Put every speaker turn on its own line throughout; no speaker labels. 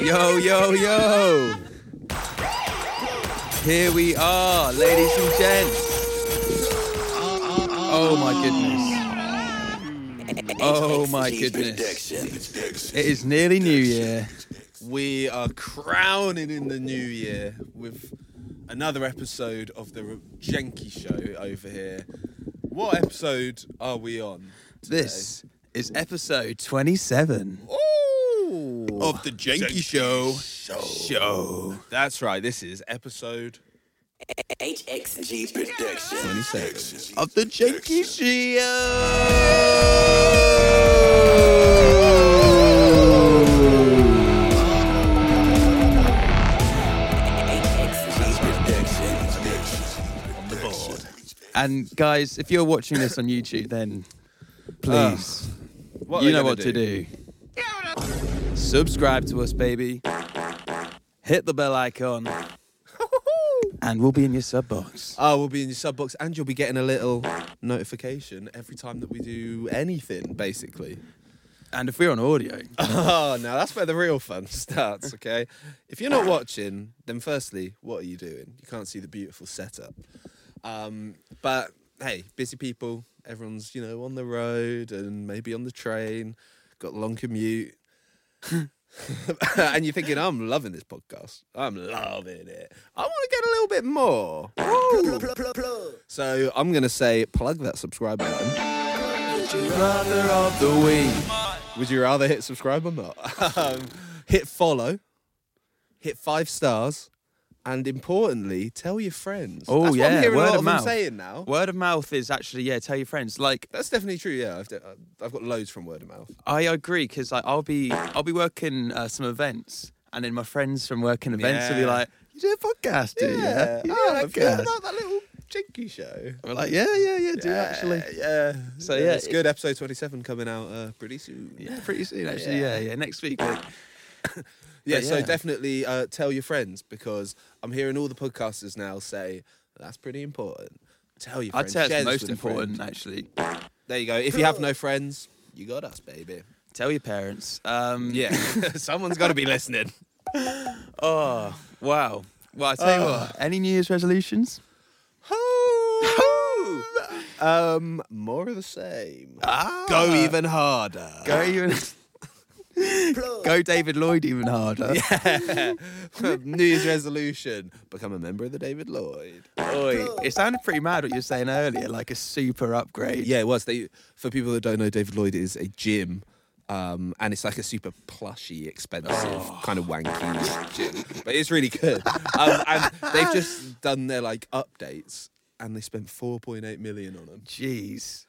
Yo, yo, yo. Here we are, ladies and gents. Oh my goodness. Oh my goodness. It is nearly New Year.
We are crowning in the new year with another episode of the Jenky Show over here. What episode are we on? today?
This is episode 27
Ooh.
of the Janky Show. Show
That's right, this is episode.
HXG Production.
27 of the Janky Show.
HXG
The board.
And guys, if you're watching this on YouTube, then please,
Ah, What are
you
they
know
gonna
what to do. Subscribe to us, baby. Hit the bell icon, and we'll be in your sub box.
Oh, we'll be in your sub box, and you'll be getting a little notification every time that we do anything, basically.
And if we're on audio,
Oh, now that's where the real fun starts, okay? If you're not watching, then firstly, what are you doing? You can't see the beautiful setup. Um, but hey, busy people, everyone's, you know, on the road and maybe on the train, got a long commute. and you're thinking, I'm loving this podcast. I'm loving it. I want to get a little bit more. So I'm going to say, plug that subscribe button.
brother of the week.
Would you rather hit subscribe or not? um, hit follow, hit five stars, and importantly, tell your friends.
Oh
That's what
yeah,
I'm hearing
word
a lot
of
of them
mouth.
saying now.
Word of mouth is actually yeah. Tell your friends. Like
That's definitely true. Yeah, I've, de- uh, I've got loads from word of mouth.
I agree because like I'll be I'll be working uh, some events, and then my friends from working events will be
Yeah.
like, "You do a podcast, do you?
Yeah.
You do
Oh,
a
I've heard
podcast."
about that little jinky show.
We're like, yeah, yeah, yeah, do actually.
yeah.
So, yeah,
it's
it-
good. Episode twenty-seven coming out uh, pretty soon.
Yeah, pretty soon actually. Yeah, yeah, next week. like-
Yeah,
But
so
yeah.
definitely uh, tell your friends because I'm hearing all the podcasters now say that's pretty important. Tell your
I'd
friends.
say
share
it's most
this with a friend."
important actually.
There you go. If you have no friends, you got us, baby.
Tell your parents. Um,
Yeah, someone's got to be listening.
Oh, wow. Well, I tell you
Ah.
what. Any New Year's resolutions?
um, more of the same.
Ah,
Go even harder.
go even. go David Lloyd even harder.
New Year's resolution: become a member of the David Lloyd.
Oi, it sounded pretty mad what you were saying earlier, like a super upgrade.
Yeah, it was. They for people that don't know, David Lloyd is a gym, um, and it's like a super plushy, expensive, kind of wanky gym, but it's really good. Um, and they've just done their like updates, and they spent 4.8 million on them.
Jeez.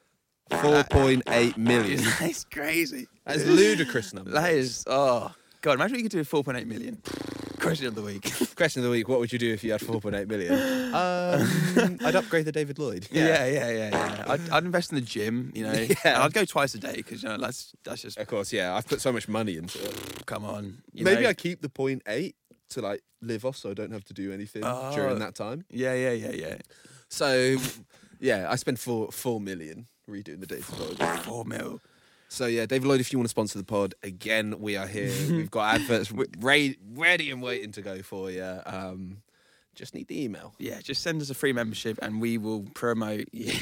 4.8 million.
That's crazy.
That's ludicrous number.
That is, oh, God, imagine what you could do with 4.8 million. Question of the week.
Question of the week: What would you do if you had 4.8 million? Um, I'd upgrade the David Lloyd.
Yeah, yeah, yeah, yeah. I'd, I'd invest in the gym, you know.
Yeah.
I'd go twice a day because, you know, that's, that's just,
of course. Yeah, I've put so much money into it.
come on. You
Maybe
know?
I keep the point eight to like live off, so I don't have to do anything
Oh.
during that time.
Yeah, yeah, yeah, yeah.
So, yeah, I spent four four million redoing the David Lloyd.
Four mil.
So yeah, David Lloyd, if you want to sponsor the pod, again, we are here. We've got adverts re- ready and waiting to go for you. Um, just need the email.
Yeah, just send us a free membership and we will promote you.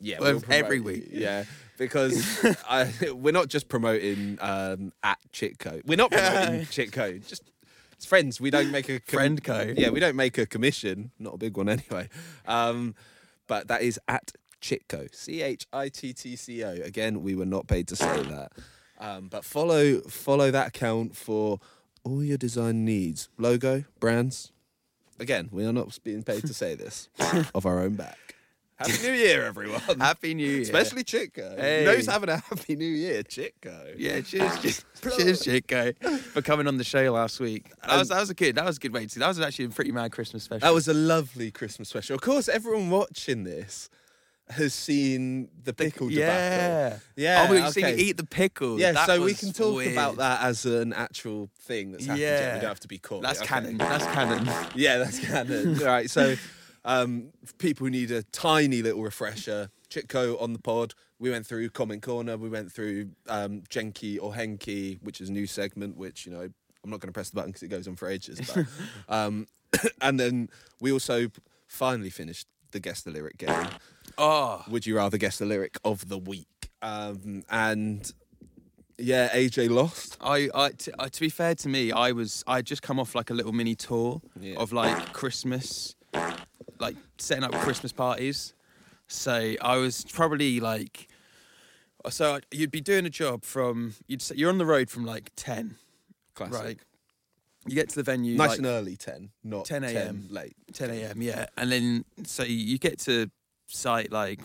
Yeah,
Well,
we'll promote
every
you.
week.
Yeah, because I, we're not just promoting um, at Chitco. We're not promoting Chitco. Just it's friends. We don't make a
Friend co.
Yeah, we don't make a commission. Not a big one anyway. Um, but that is at Chitco. C H I T T C O. Again, we were not paid to say that. Um, but follow follow that account for all your design needs, logo, brands. Again, we are not being paid to say this of our own back. Happy New Year, everyone.
Happy New Year.
Especially Chitko.
Hey.
Knows having a happy new year, Chitko.
Yeah, cheers, cheers, cheers, Jitko, for coming on the show last week. Um, That was, that was a good, that was a good way to. That was actually a pretty mad Christmas special.
That was a lovely Christmas special. Of course, everyone watching this has seen the pickle
yeah,
debacle. Yeah,
Oh, we seen
okay.
you eat the pickle.
Yeah,
That
so we
was
can talk
weird.
about that as an actual thing that's happened. Yeah.
Yeah.
We don't have to be caught.
That's canon. That's canon.
Yeah, that's canon. All right, so um, for people who need a tiny little refresher, Chitko on the pod. We went through Comment Corner. We went through um, Jenki or Henki, which is a new segment, which, you know, I'm not going to press the button because it goes on for ages. But, um, and then we also finally finished the guess the lyric game.
Oh,
Would you rather guess the lyric of the week? Um, and yeah, AJ lost.
I, I, t- I to be fair to me, I was I just come off like a little mini tour
Yeah.
of like Christmas, like setting up Christmas parties. So I was probably like, uh, so you'd be doing a job from you'd s- you're on the road from like ten,
Classic.
right? You get to the venue
Nice
like,
and early, ten, not
10 a.m.
late.
10 a.m. Yeah, and then so you you get to site like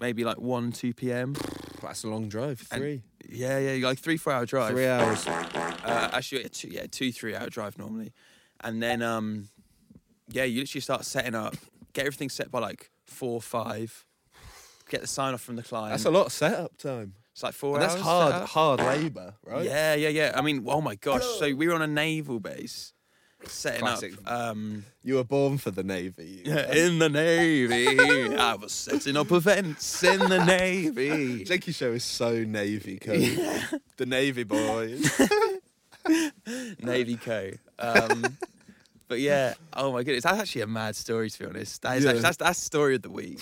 maybe like one, two p.m.
That's a long drive.
And-
Three,
Yeah, yeah, like three, four hour drive.
three hours.
uh, actually yeah, two, yeah, two three hour drive normally, and then um, yeah, you literally start setting up, get everything set by like four five, get the sign off from the client.
That's a lot of setup time.
it's like four
And
hours.
that's
set
hard,
up.
hard labour, right?
Yeah, yeah, yeah. I mean, oh my gosh! So we were on a naval base, setting
Classic.
up. Um,
You were born for the navy. you.
in the navy, I was setting up events in the navy.
Jakey show is so navy code. The navy boy.
Navy Co. Um, but yeah, oh my goodness, that's actually a mad story to be honest. That is
Yeah.
actually, that's that's story of the week.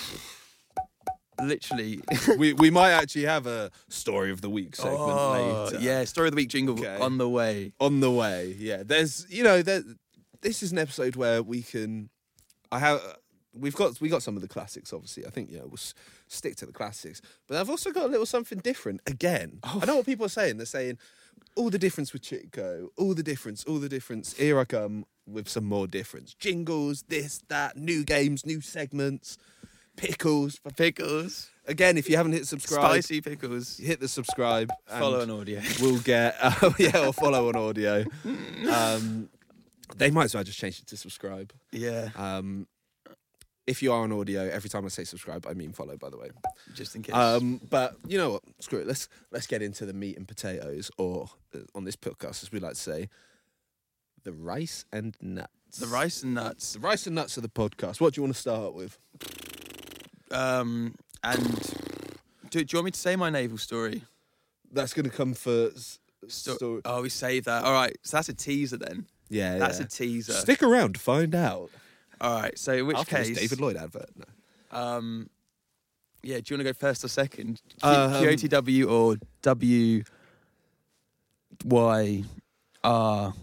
Literally.
we we might actually have a story of the week segment
Oh,
later.
yeah, story of the week jingle
Okay.
on the way.
on the way. Yeah, there's you know there, this is an episode where we can. I have we've got we got some of the classics obviously. I think you know we'll s- stick to the classics, but I've also got a little something different again.
Oh.
I know what people are saying. They're saying all the difference with Chitko, all the difference, all the difference. Here I come with some more difference. Jingles, this, that, new games, new segments, pickles.
Pickles,
Again, if you haven't hit subscribe,
spicy pickles.
hit the subscribe. and-
Follow on audio.
we'll get uh, yeah or follow on audio um they might as well just change it to subscribe
yeah,
um if you are on audio every time i say subscribe i mean follow by the way
just in case.
um but you know what screw it let's let's get into the meat and potatoes or uh, on this podcast as we like to say the rice and nuts
the rice and nuts,
the rice and nuts of the podcast what do you want to start with
um, and do, do you want me to say my naval story?
that's going to come for s-
Sto-
story-
Oh, we saved that. All right, so that's a teaser then.
yeah
That's
yeah.
a teaser.
stick around to find out
All right, so in which
After this
case,
david lloyd advert no.
Um, yeah, do you want to go first or second? Q-
Um,
QOTW or W Y R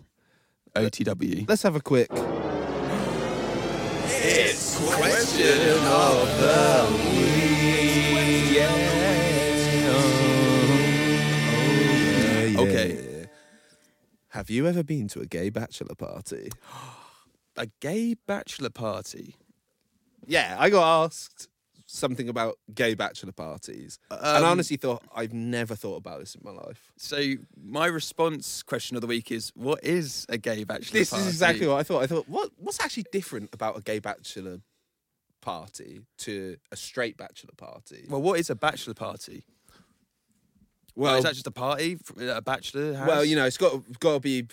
O T W?
Let's have a quick. It's question of the week.
Okay.
Have you ever been to a gay bachelor party?
A gay bachelor party.
Yeah, I got asked something about gay bachelor parties, and I honestly thought I've never thought about this in my life.
So my response question of the week is: What is a gay bachelor?
This
party?
is exactly what I thought. I thought, what what's actually different about a gay bachelor party to a straight bachelor party?
Well, what is a bachelor party? Well, is that just a party? f- at A bachelor house?
Well, you know, it's got got to be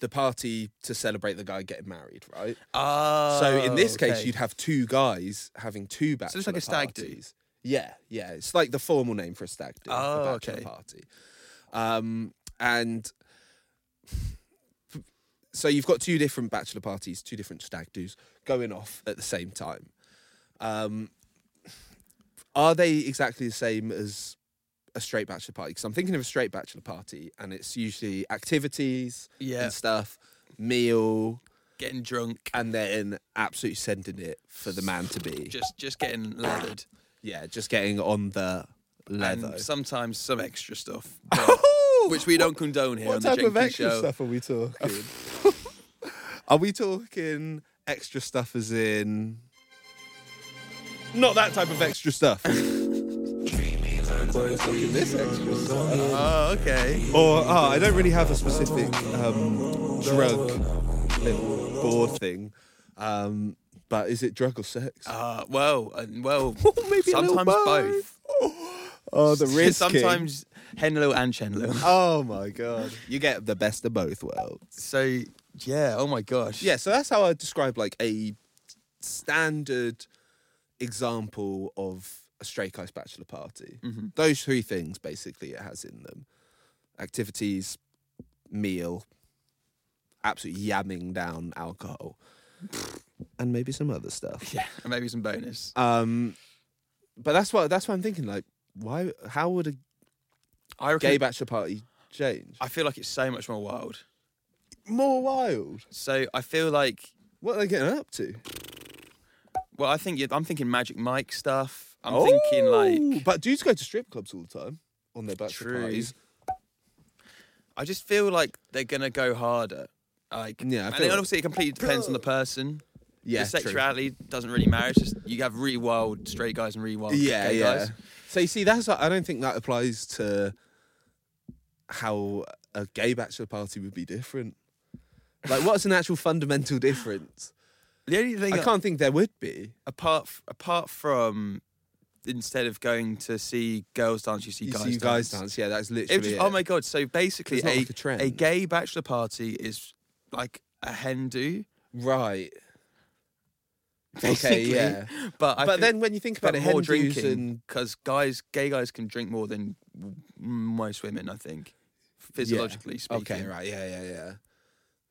the party to celebrate the guy getting married, right?
Oh,
so in this case,
okay.
you'd have two guys having two bachelor.
it's like a stag do.
parties. Yeah, yeah, it's like the formal name for a stag do. a
Oh,
bachelor
okay.
Party, um, and so you've got two different bachelor parties, two different stag do's going off at the same time. Um, are they exactly the same as a straight bachelor party? Because I'm thinking of a straight bachelor party, and it's usually activities
Yeah.
and stuff, meal,
getting drunk,
and then absolutely sending it for the man to be.
just just getting leathered,
yeah, just getting on the leather.
and sometimes some extra stuff, but- which we don't condone here on the Jenky Show.
are we talking? are we talking extra stuff as in? Not that type of extra stuff. We're talking this extra stuff.
Oh, okay.
Or oh, I don't really have a specific um, drug little board thing. Um, but is it drug or sex?
Uh, well, uh, well,
Maybe a little
sometimes both.
Oh, the risk.
sometimes Henlo and Chenlo.
Oh my god. You get the best of both worlds.
So yeah, oh my gosh.
Yeah, so that's how I describe like a standard example of a straight guys bachelor party. Those three things basically it has in them: activities, meal, absolutely yamming down alcohol and maybe some other stuff.
Yeah, and maybe some bonus.
Um, but that's what that's what I'm thinking. Like, why? How would a
I reckon.
gay bachelor party change?
I feel like it's so much more wild.
More wild.
So I feel like,
What are they getting up to?
well, I think you- I'm thinking Magic Mike stuff. I'm thinking like,
Oh, but dudes go to strip clubs all the time on their bachelor
True.
parties.
I just feel like they're gonna go harder. Like,
Yeah, I
and
feel
it
like-
obviously it completely depends on the person.
Yeah,
the
true.
sexuality doesn't really matter. It's just you have really wild straight guys and really wild
Yeah,
gay
yeah.
guys.
So you see, that's what- I don't think that applies to how a gay bachelor party would be different. Like, what's an actual fundamental difference?
The only thing
I
that-
can't think there would be.
apart f- apart from instead of going to see girls dance, you see
You
guys
see
dance.
guys dance. Yeah, that's
It
literally.
was just,
it.
oh my god! So basically,
It's not
a,
like a trend.
a gay bachelor party is like a hen do.
Right. Okay.
basically.
Yeah.
But I
But
think-
then when you think about
but
it,
more
Hindus
drinking
and
because guys, gay guys can drink more than w- most women. I think physiologically
yeah.
speaking.
Okay. Right. Yeah. Yeah. Yeah.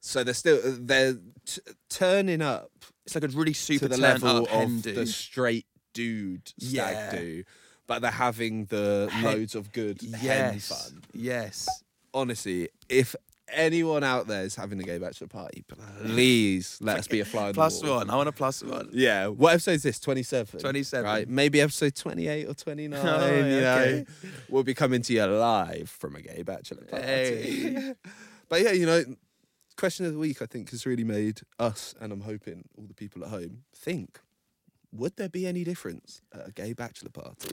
So they're still they're t- turning up
It's like a really super
to the
turn
level
up hen
of
do.
the straight dude stag
Yeah.
do, but they're having the
Hen-
loads of good hen
yes,
fun.
yes.
Honestly, if anyone out there is having a gay bachelor party, please let us be a fly on
Plus
the wall.
one. I want a plus one.
Yeah. What episode is this? 27.
27.
Right. Maybe episode 28 or 29.
Oh,
you
okay.
know, we'll be coming to you live from a gay bachelor party.
Hey.
but yeah, you know, question of the week, I think, has really made us, and I'm hoping all the people at home, think would there be any difference at a gay bachelor party?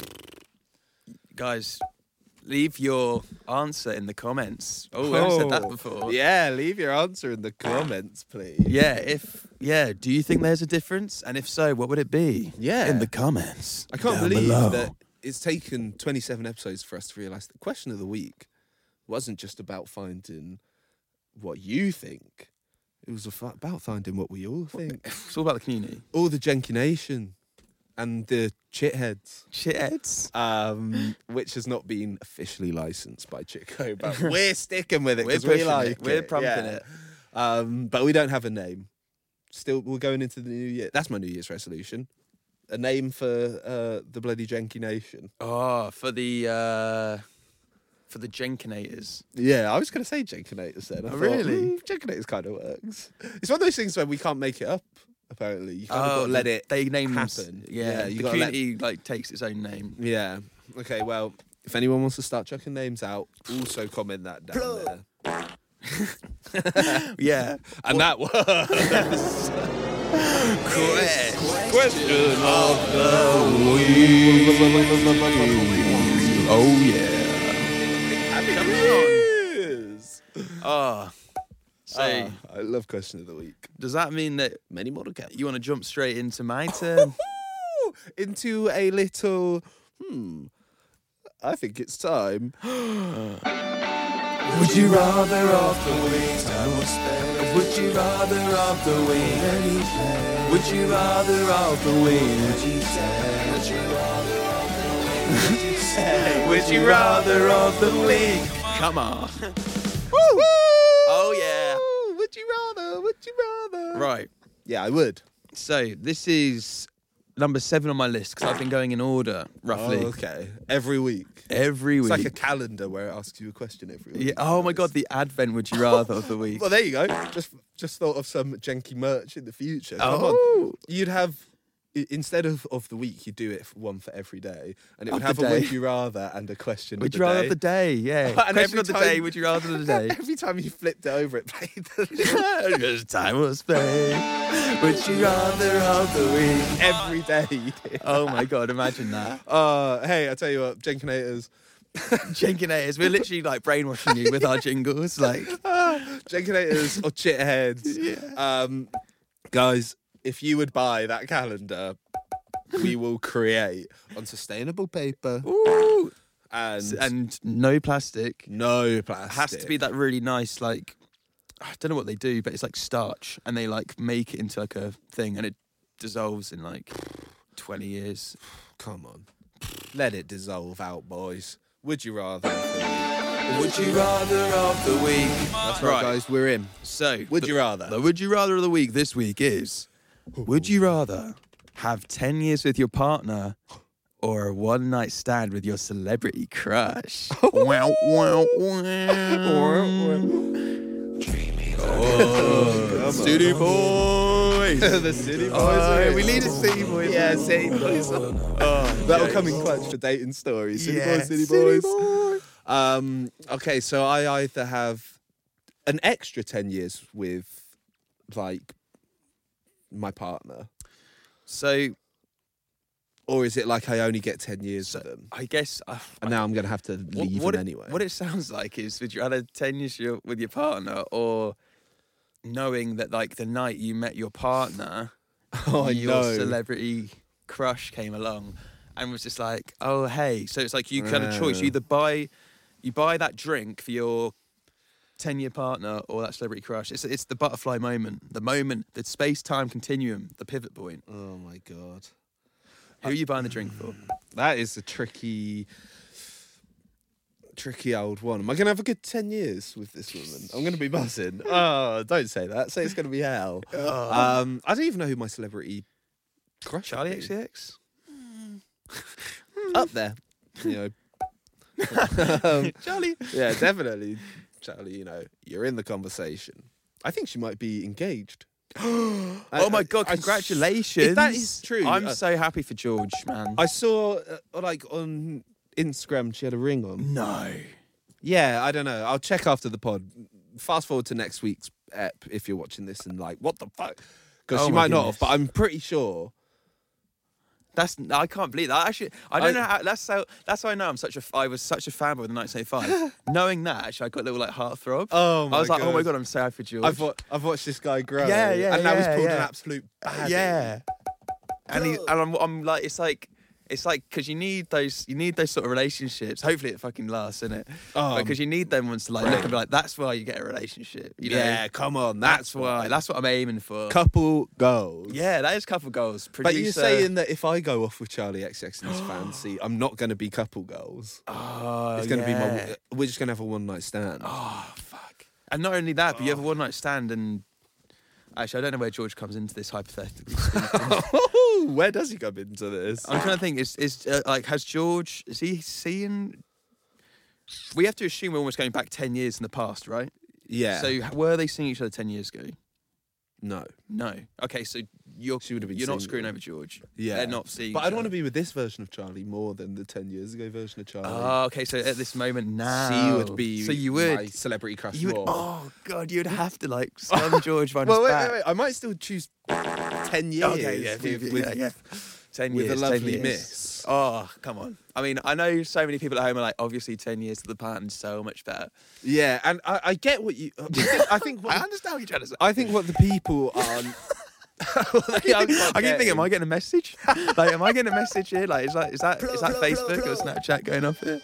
guys leave your answer in the comments oh, we haven't said that
Oh,
before
Yeah, leave your answer in the comments, please.
yeah if yeah do you think there's a difference and if so what would it be
Yeah.
in the comments
I can't
down
believe
below.
that it's taken 27 episodes for us to realize the question of the week wasn't just about finding what you think. It was af- about finding what we all think.
it's all about the community
all the Jenkination and the chitheads,
shitheads
um, which has not been officially licensed by Chico, but we're sticking with it
We're
because we
pushing it.
like it.
We're pumping
yeah.
it.
Um, but we don't have a name. Still, we're going into the new year. That's my New Year's resolution. A name for uh, the bloody Jenky Nation.
oh for the uh for the jenkinators
Yeah, I was going to say Jenkinators then. I thought,
Oh, really?
"Hmm, Jenkinators kind of works. It's one of those things where we can't make it up, apparently.
Oh,
You kind of got to let it
they name them-
happen.
yeah,
you
the
gotta let-
community like takes its own name
Yeah. Okay, well, if anyone wants to start chucking names out, also comment that down there.
yeah
And that was question of the week.
oh yeah
Happy New Year's!
oh so
Ah, I love question of the week.
does that mean that
Many more to come.
you want to jump straight into my turn
Ooh, into a little hmm I think it's time.
Would you rather of the week? Time was spent. Would you rather of the week? Would you rather of the week? Would you rather of the week?
come on
Woo!
Oh, yeah.
Woo! Would you rather? Would you rather?
right
Yeah, I would.
So this is number seven on my list because I've been going in order roughly
Oh, okay. Every week.
every
It's
week.
like a calendar where it asks you a question every week.
yeah. Oh my god, the Advent would you rather of the week?
Well, there you go. Just just thought of some janky merch in the future. Come on.
Oh.
You'd have i- instead of of the week, you do it for one for every day, and it would
Of the
have a would
day.
you rather and a question.
would you
of the
rather
day.
of the day? Yeah.
And
Question
every
of the
time-
day. Would you rather of the day?
Every time you flipped it over, it played the little-
Because time will spend. Would you rather of the week?
every day. you did.
Oh my god, imagine that.
Uh, hey, I tell you what, Jenkinators.
Jenkinators, we're literally like brainwashing you with our jingles. Like,
Ah, Jenkinators or chitheads. Um, guys, if you would buy that calendar, we will create on sustainable paper
ooh,
and,
and no plastic.
no plastic.
has to be that really nice like I don't know what they do, but it's like starch, and they like make it into like a thing, and it dissolves in like twenty years.
Come on, let it dissolve out, boys. Would you rather?
Would you rather of the week?
That's
Right, guys, we're in.
So,
Would
the-
you rather?
The would you rather of the week this week is: Would you rather have ten years with your partner or a one night stand with your celebrity crush? wow, wow, wow. Oh, City boys.
the city boys.
Oh,
are in.
we need a city Oh, boys.
Yeah, city boys. Oh, That'll come in clutch for dating stories. City
Yeah,
boys, city
city
boys. Um, okay, so I either have an extra ten years with like my partner,
So
or is it like I only get ten years with them,
I guess uh,
and now I'm gonna have to leave
what,
them
what it,
anyway?
What it sounds like is would you rather ten years your- with your partner or knowing that like the night you met your partner,
oh, I
your
know.
celebrity crush came along and was just like, oh hey, so it's like you kind of choice.
Yeah.
You either buy, you buy that drink for your. 10 year partner or that celebrity crush. It's, it's the butterfly moment, the moment, the space time continuum, the pivot point.
oh my god.
Who are you buying the drink for?
That is a tricky, tricky old one. Am I going to have a good 10 years with this woman? I'm going to be buzzing. Oh, don't say that. Say it's going to be hell.
Oh.
Um, I don't even know who my celebrity crush would
Charlie
be.
XCX?
Up there. You know. Um,
Charlie!
yeah, definitely. Charlie, you know, you're in the conversation. I think she might be engaged.
oh my god! Congratulations!
If that is true,
I'm
uh,
so happy for George, man.
I saw, uh, like, on Instagram, she had a ring on.
no.
Yeah, I don't know. I'll check after the pod. Fast forward to next week's ep if you're watching this and like, what the fuck? Because
Oh
she
my
might not
goodness.
have, but I'm pretty sure.
That's I can't believe that. Actually, I don't
I-
know how. That's how. That's how I know I'm such a. f- I was such a fanboy of the 1985. Knowing that, actually, I got a little like heartthrob.
Oh my
I was like, oh my
God.
god, I'm so happy for George.
I've, wa- I've watched this guy grow.
Yeah, yeah,
And now he's
yeah,
pulled an
yeah.
absolute baddie.
yeah. And he, and I'm, I'm like, it's like. It's like because you need those, you need those sort of relationships. Hopefully, it fucking lasts, innit?
Oh,
because you need them ones to like look and be like, that's why you get a relationship. You know?
Yeah, come on.
that's
That's
why.
why.
That's what I'm aiming for.
Couple goals.
Yeah, that is couple goals. Producer,
But you're saying that if I go off with Charlie XX and his fancy, I'm not going to be couple goals.
oh,
it's going to be
yeah.
my. We're just going to have a one night stand.
Oh fuck! And not only that, but you have a one night stand, and actually, I don't know where George comes into this hypothetically.
Where does he come into this?
I'm trying to think. Is is uh, like has George? Is he seeing? We have to assume we're almost going back ten years in the past, right?
Yeah.
So were they seeing each other ten years ago?
no.
No. Okay, so you're
She would have been
you're not
single.
screwing over George.
Yeah.
they're not seeing.
But I
each
don't want
other.
to be with this version of Charlie more than the 10 years ago version of Charlie.
Oh, okay. So at this moment now,
She would be
So you
my
would.
celebrity crush
You would.
more.
Oh god, you'd have to like slam George behind
well,
his
wait,
back.
wait, wait. I might still choose 10 years.
Okay, yeah,
with-
yeah,
with-
yeah, yeah. Ten
with a
years, 10
lovely
years.
miss.
Oh, come on! I mean, I know so many people at home are like, obviously, ten years to the pattern, so much better.
Yeah, and I, I get what you. I think, I think
I
what,
understand what you're trying to say.
I think what the people are.
I keep thinking, am I getting a message? like, am I getting a message here? Like, is that is that is that Facebook or Snapchat going off here?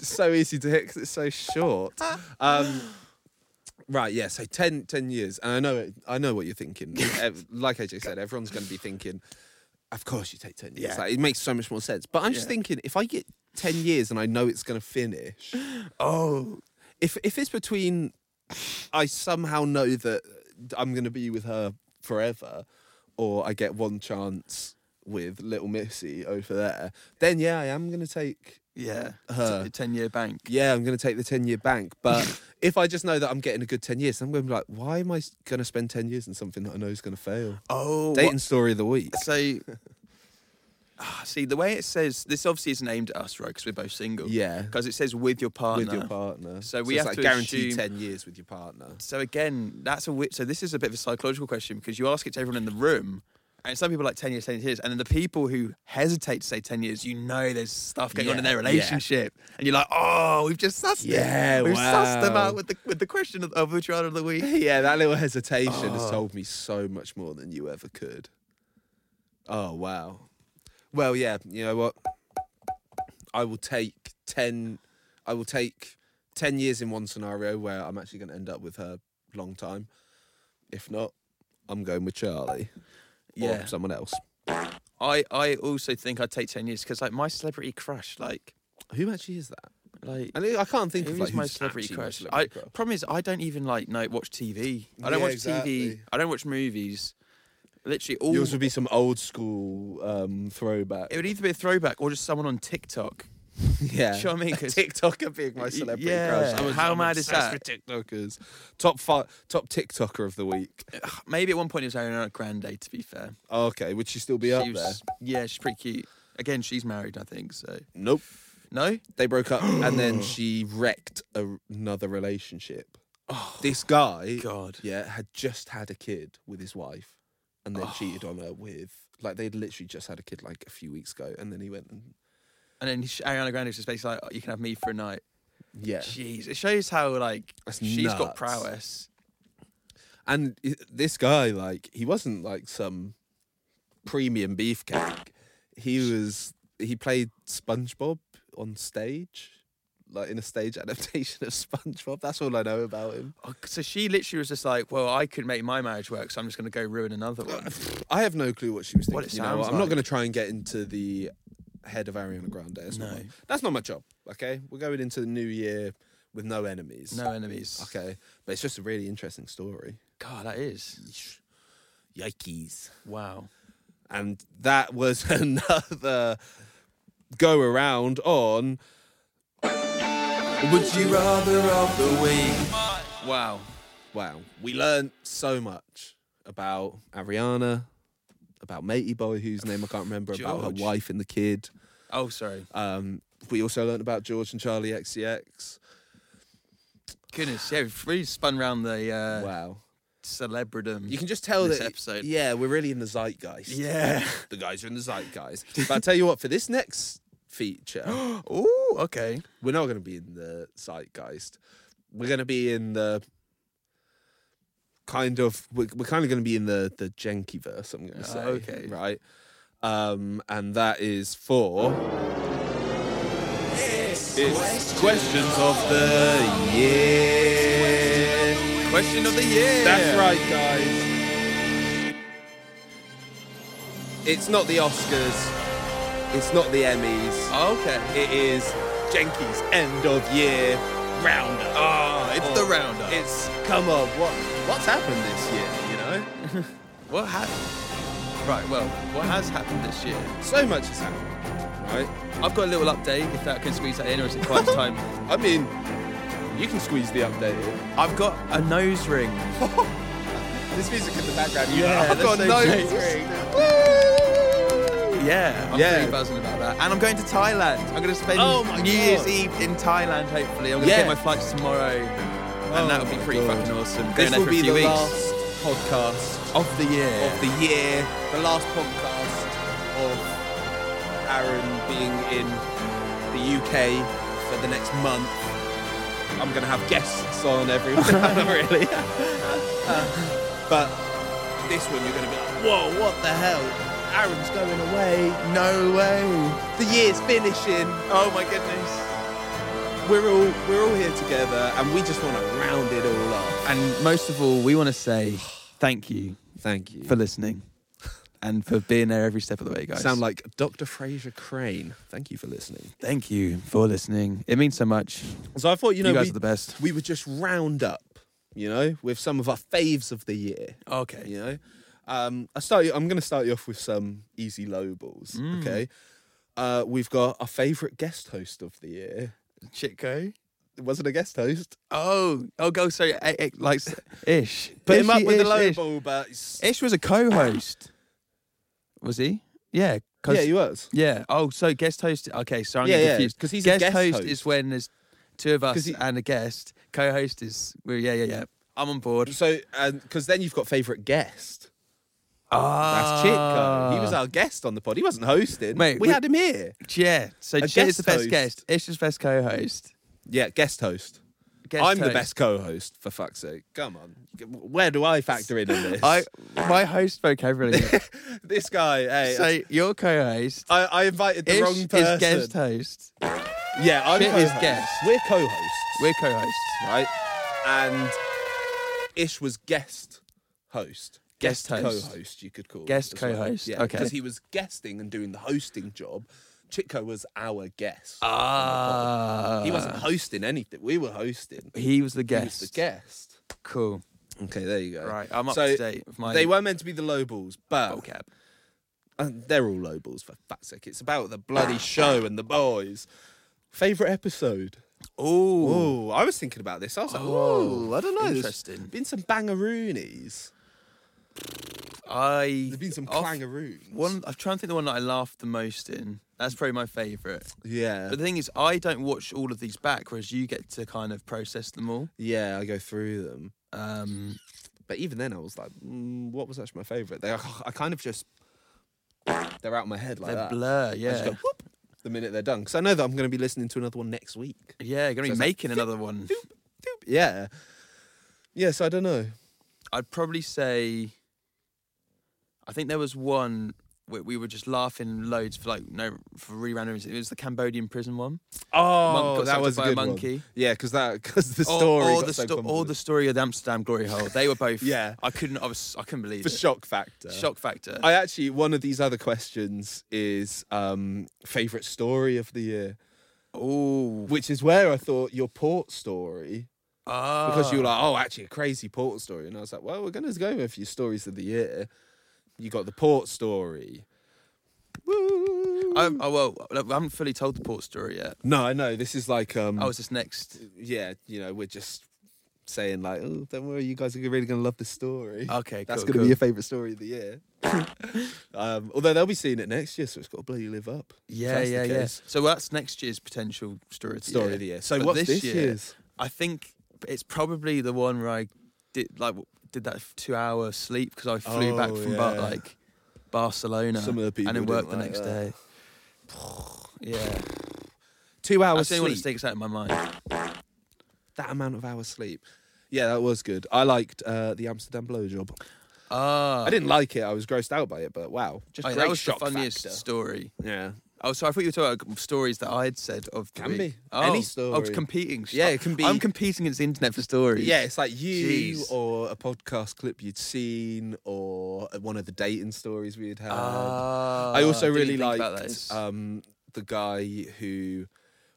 It's so easy to hit because it's so short. Um, right, yeah. So 10, 10 years, and I know it, I know what you're thinking. Ev- like AJ said, everyone's going to be thinking, of course you take ten years.
Yeah.
Like, it makes so much more sense. But I'm just
Yeah.
thinking, if I get ten years and I know it's going to finish,
Oh,
if if it's between, I somehow know that I'm going to be with her forever, or I get one chance with Little Missy over there, then yeah, I am going to take
yeah,
Her.
T- ten year bank.
yeah, I'm going to take the 10 year bank. But if I just know that I'm getting a good 10 years, I'm going to be like, why am I going to spend 10 years in something that I know is going to fail?
Oh,
Dating story of the week.
so. Ah, See the way it says this obviously isn't aimed at us, right? Because we're both single.
Yeah.
Because it says with your partner.
With your partner.
So we
it's
have
like
to
guaranteed
assume-
10 years with your partner.
So again, that's a wi- so this is a bit of a psychological question because you ask it to everyone in the room, and some people are like ten years, ten years, and then the people who hesitate to say ten years, you know, there's stuff going on in
Yeah,
their
yeah.
relationship, and you're like, oh, we've just sussed
Yeah,
it, we've sussed them
wow.
out with the with the question of, of which rather of the week.
Yeah, that little hesitation
Oh.
has told me so much more than you ever could. Oh, wow. Well, yeah, you know what? I will take 10 I will take 10 years in one scenario where I'm actually going to end up with her long time. If not, I'm going with Charlie
Yeah.
or someone else.
I I also think I'd take ten years because like my celebrity crush, like
Who actually is that?
Like,
And I can't think of
Who's
like
my
who's
celebrity
actually my
crush? I,
celebrity crush.
problem is, I don't even like no watch TV. I don't
Yeah,
watch TV.
exactly.
I don't watch movies. Literally, all
Yours would be some old school um, throwback.
it would either be a throwback or just someone on TikTok.
yeah.
Do you know what I mean? 'Cause-
TikToker being my
Y-
celebrity
yeah.
crush. I'm
How
I'm
mad is
obsessed
that?
With TikTokers. Top five, top TikToker of the week.
Maybe at one point it was Ariana Grande. To be fair,
Okay, would she still be up
She
there?
was- yeah, she's pretty cute. Again, she's married, I think. So
Nope.
no,
They broke up and then she wrecked a, another relationship. this guy,
God.
yeah, had just had a kid with his wife and then cheated on her with like they'd literally just had a kid like a few weeks ago and then he went and
And then she- Ariana Grande was just basically like, "Oh, "You can have me for a night."
yeah.
Jeez, it shows how like
That's
she's got
nuts.
prowess.
And i- this guy, like, he wasn't like some premium beefcake. He was. He played SpongeBob on stage, like in a stage adaptation of SpongeBob. That's all I know about him.
Oh, So she literally was just like, "Well, I could make my marriage work, so I'm just going to go ruin another one."
I have no clue what she was thinking.
What it
you know
sounds
I'm not
like.
going to try and get into the head of Ariana Grande. That's
No.
not my, that's not my job. Okay, we're going into the new year with no enemies.
No enemies.
Okay, but it's just a really interesting story.
God, that is
Yikes.
wow.
and that was another go around on
Would you rather of the week?
Wow.
wow we learned so much about ariana about matey boy whose name i can't remember about her
George.
wife and the kid
Oh, sorry.
um, we also learned about george and charlie xcx
Goodness, yeah, we've really spun round the uh,
wow
celebridom.
you can just tell
This
that
episode.
yeah we're really in the zeitgeist
yeah.
the guys are in the zeitgeist but i tell you what for this next feature
Ooh, okay.
we're not going to be in the zeitgeist. We're going to be in the kind of we're, we're kind of going to be in the the janky verse. I'm going to
Ah,
say,
okay.
right? Um, and that is for it's questions of the year.
Question of the year.
That's right, guys. It's not the Oscars. It's not the Emmys.
Okay.
It is Jenki's end of year roundup.
Ah, it's the roundup.
Oh, It's come on, what what's happened this year? You know,
What happened? Right. Well, what has happened this year?
so much has happened, right?
I've got a little update. If that can squeeze that in, or is it quite time?
I mean, you can squeeze the update. in.
I've got a nose ring.
This music in the background. You
Yeah,
know, I've got
that's
no.
so Yeah, I'm
Yeah.
pretty buzzing about that. And I'm going to Thailand. I'm going to spend
Oh my
New
God.
Year's Eve in Thailand, hopefully. I'm going to
Yeah.
get my flights tomorrow.
Oh
and that would be
my
pretty
God.
fucking awesome. Going
This
there
will
for
be
a few
the
weeks.
last podcast
Of the year.
of the year, the last podcast of Aaron being in the UK for the next month. I'm going to have guests on every really. but this one, you're going to be like, whoa, what the hell? Aaron's going away.
No way.
The year's finishing.
Oh my goodness.
We're all we're all here together, and we just want to round it all off.
And most of all, we want to say thank you
Thank you.
for listening and for being there every step of the way, guys.
Sound like Dr. Fraser Crane. Thank you for listening.
Thank you for listening. It means so much.
So I thought, you
You,
know,
guys
we-
are the best.
we would just round up, you know, with some of our faves of the year.
Okay.
You know, um, I start. you- I'm going to start you off with some easy lowballs. Okay, uh, we've got our favourite guest host of the year.
Chitko.
It wasn't a guest host.
Oh, oh, go sorry, eh, eh, like Ish.
Put him up
Ishy,
with the
Ish, Ish.
lowball, but it's-
Ish was a co-host, was he? Yeah. 'cause-
yeah, he was.
yeah. Oh, so guest host. Okay, so I'm
Yeah, yeah,
confused.
'cause he's a
guest,
guest
host,
host.
is when there's two of us
'Cause he-
and a guest. Co-host is well, yeah, yeah, yeah. I'm on board.
So, because then you've got favourite guest.
Ah,
That's Chitko. He was our guest on the pod. He wasn't hosting.
Mate,
we,
we-
had him here.
yeah. So
a
Chit is the
guest
best
host.
guest. Ish is best co-host.
Yeah, guest host.
Guest
I'm the
host.
best co-host. For fuck's sake, come on. Where do I factor in on this?
I my host vocabulary.
this guy. Hey,
so your co-host.
I, I invited the
Ish
wrong person.
is guest host.
Yeah, I'm
Shit is
co-host.
guest.
We're co-hosts,
We're co-hosts.
right? And Ish was guest host.
Guest host.
co-host, you could call it
Guest
as well.
co-host,
Yeah,
okay.
because he was guesting and doing the hosting job. Chitko was our guest.
Ah.
he wasn't hosting anything. We were hosting.
He was the
He was
guest.
the guest.
Cool.
Okay, there you go.
Right, I'm up
So,
to date with my.
They were meant to be the low balls, but
Oh, cab.
and they're all low balls for fuck's sake. It's about the bloody show and the boys. Favorite episode?
Oh.
Oh, I was thinking about this. I was like,
Oh,
oh, I don't know. There's
interesting.
Been some bangaroonies.
I.
There's been some
off-
clangaroons.
One, I'm trying to think the one that I laughed the most in. That's probably my favourite.
Yeah.
But the thing is, I don't watch all of these back, whereas you get to kind of process them all.
Yeah, I go through them.
Um,
But even then, I was like, mm, what was actually my favorite? They, I kind of just they're out of my head like
they're
that.
blur,
I just
yeah.
go, whoop, the minute they're done, because I know that I'm going to be listening to another one next week.
yeah, gonna
So
be
it's like,
making another one.
Doop. Yeah. Yeah. So I don't know.
I'd probably say. I think there was one where we were just laughing loads for like no for really random reasons. It was the Cambodian prison one.
Oh,
Monk got
that
sucked
was
up
a
by a
good one.
monkey.
Yeah, because that because the
Or-
story
or,
got
the
so
sto- oh, or
convoluted.
the story of the Amsterdam glory hole. They were both.
Yeah.
I couldn't. I was. I couldn't believe
for
it.
shock factor.
Shock factor.
I actually one of these other questions is um favorite story of the year,
oh.
which is where I thought your port story
Ah.
because you were like, oh, actually a crazy port story, and I was like, well, we're gonna go with your stories of the year. You got the port story. Woo.
I, I, well, I haven't fully told the port story yet.
no, I know this is like um.
I was just next.
yeah, you know, we're just saying like, oh, don't worry, you guys are really gonna love this story.
Okay,
that's
cool,
gonna
cool.
be your favorite story of the year. um, although they'll be seeing it next year, so it's got to bloody live up. If
Yeah,
that's the
yeah, yeah.
case.
So that's next year's potential story of the
Story
year.
of the year. So
But
what's
this
this
year-
year's?
I think it's probably the one where I did like w- did that two-hour sleep because I flew back
Oh,
from Bar-
yeah.
like Barcelona
Some of the people
and then
didn't
worked the
like
next
that.
day. yeah,
Two
I
hours
was the only one that
sleep.
sticks out in my mind.
That amount of hours sleep. Yeah, that was good. I liked uh, the Amsterdam blowjob.
Ah,
I didn't like it. I was grossed out by it, but wow, just
oh, yeah,
great
that was the
shock
funniest
factor.
story.
yeah,
Oh, so I thought you were talking about stories that I had said of the
Can
week.
be.
Oh,
Any
Oh,
story.
competing. sh-
Yeah, it can be-
I'm competing against the internet for stories.
Yeah, it's like you
Jeez.
or a podcast clip you'd seen or one of the dating stories we'd had.
Ah,
I also
didn't
really
think about
liked
this.
um, the guy who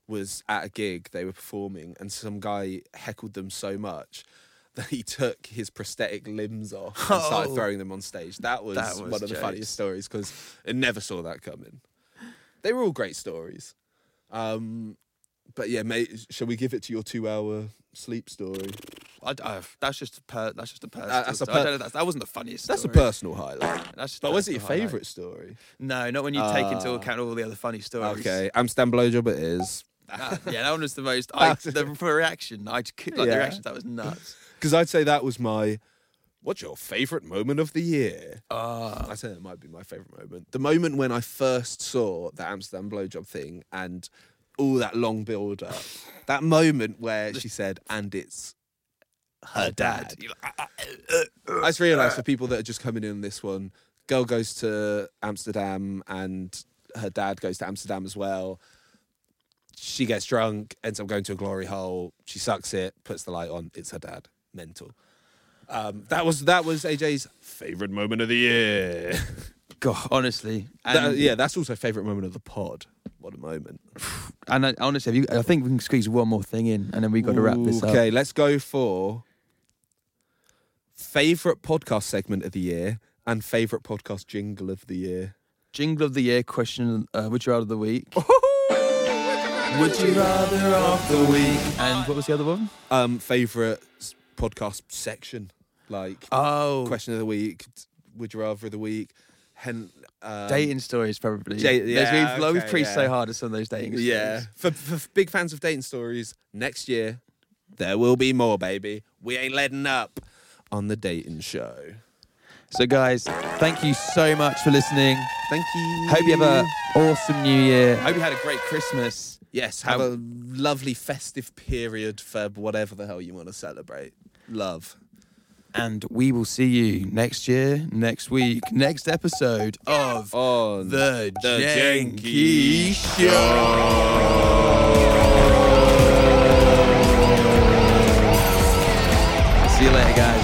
was at a gig they were performing and some guy heckled them so much that he took his prosthetic limbs off and started
Oh.
throwing them on stage. That was,
That
one
was
of the
jokes.
funniest stories because I never saw that coming. They were all great stories. Um, but yeah, mate, shall we give it to your two-hour sleep story?
I, I, that's just a per, that's just a personal.
Uh, that's a
story. I
per-
don't know, that's, that wasn't the funniest.
That's
story.
a personal highlight.
That's just
But was it your
personal highlight.
favourite story?
No, not when you take into
Ah.
account all the other funny stories.
Okay, Amsterdam blowjob it is.
That- yeah, that one was the most. I, the reaction, I just could, like
Yeah.
the reaction. That was nuts.
Because I'd say that was my. What's your favourite moment of the year?
Ah,
I'd say that might be my favourite moment. The moment when I first saw the Amsterdam blowjob thing and all that long build up. That moment where she said, and it's her dad.
You're like, ah,
I just realised for people that are just coming in on this one, girl goes to Amsterdam and her dad goes to Amsterdam as well. She gets drunk, ends up going to a glory hole. She sucks it, puts the light on. It's her dad. Mental. Um, that was that was AJ's favorite moment of the year.
God, honestly, and,
That- yeah, that's also favorite moment of the pod. What a moment.
and I, honestly, have you, I think we can squeeze one more thing in, and then we got to wrap this up.
Okay, let's go for favorite podcast segment of the year and favorite podcast jingle of the year.
Jingle of the year question: uh, Which are out of the week?
Would you rather of the week?
And what was the other one?
um favorite s- podcast section like
Oh,
question of the week t- would you rather of the week hen uh
dating stories probably.
Ja-
There's-
yeah,
we've, like, we've
okay,
preached
yeah.
so hard at some of those dating. Stories.
yeah for, for for big fans of dating stories next year there will be more baby we ain't letting up on the dating show
So, guys, thank you so much for listening.
thank you
Hope you have an awesome new year. Hope you had a great Christmas.
yes have
How-
a lovely festive period for whatever the hell you want to celebrate love
And we will see you next year, next week, next episode Oh, of
on
The,
The
Janky Show. See you later, guys.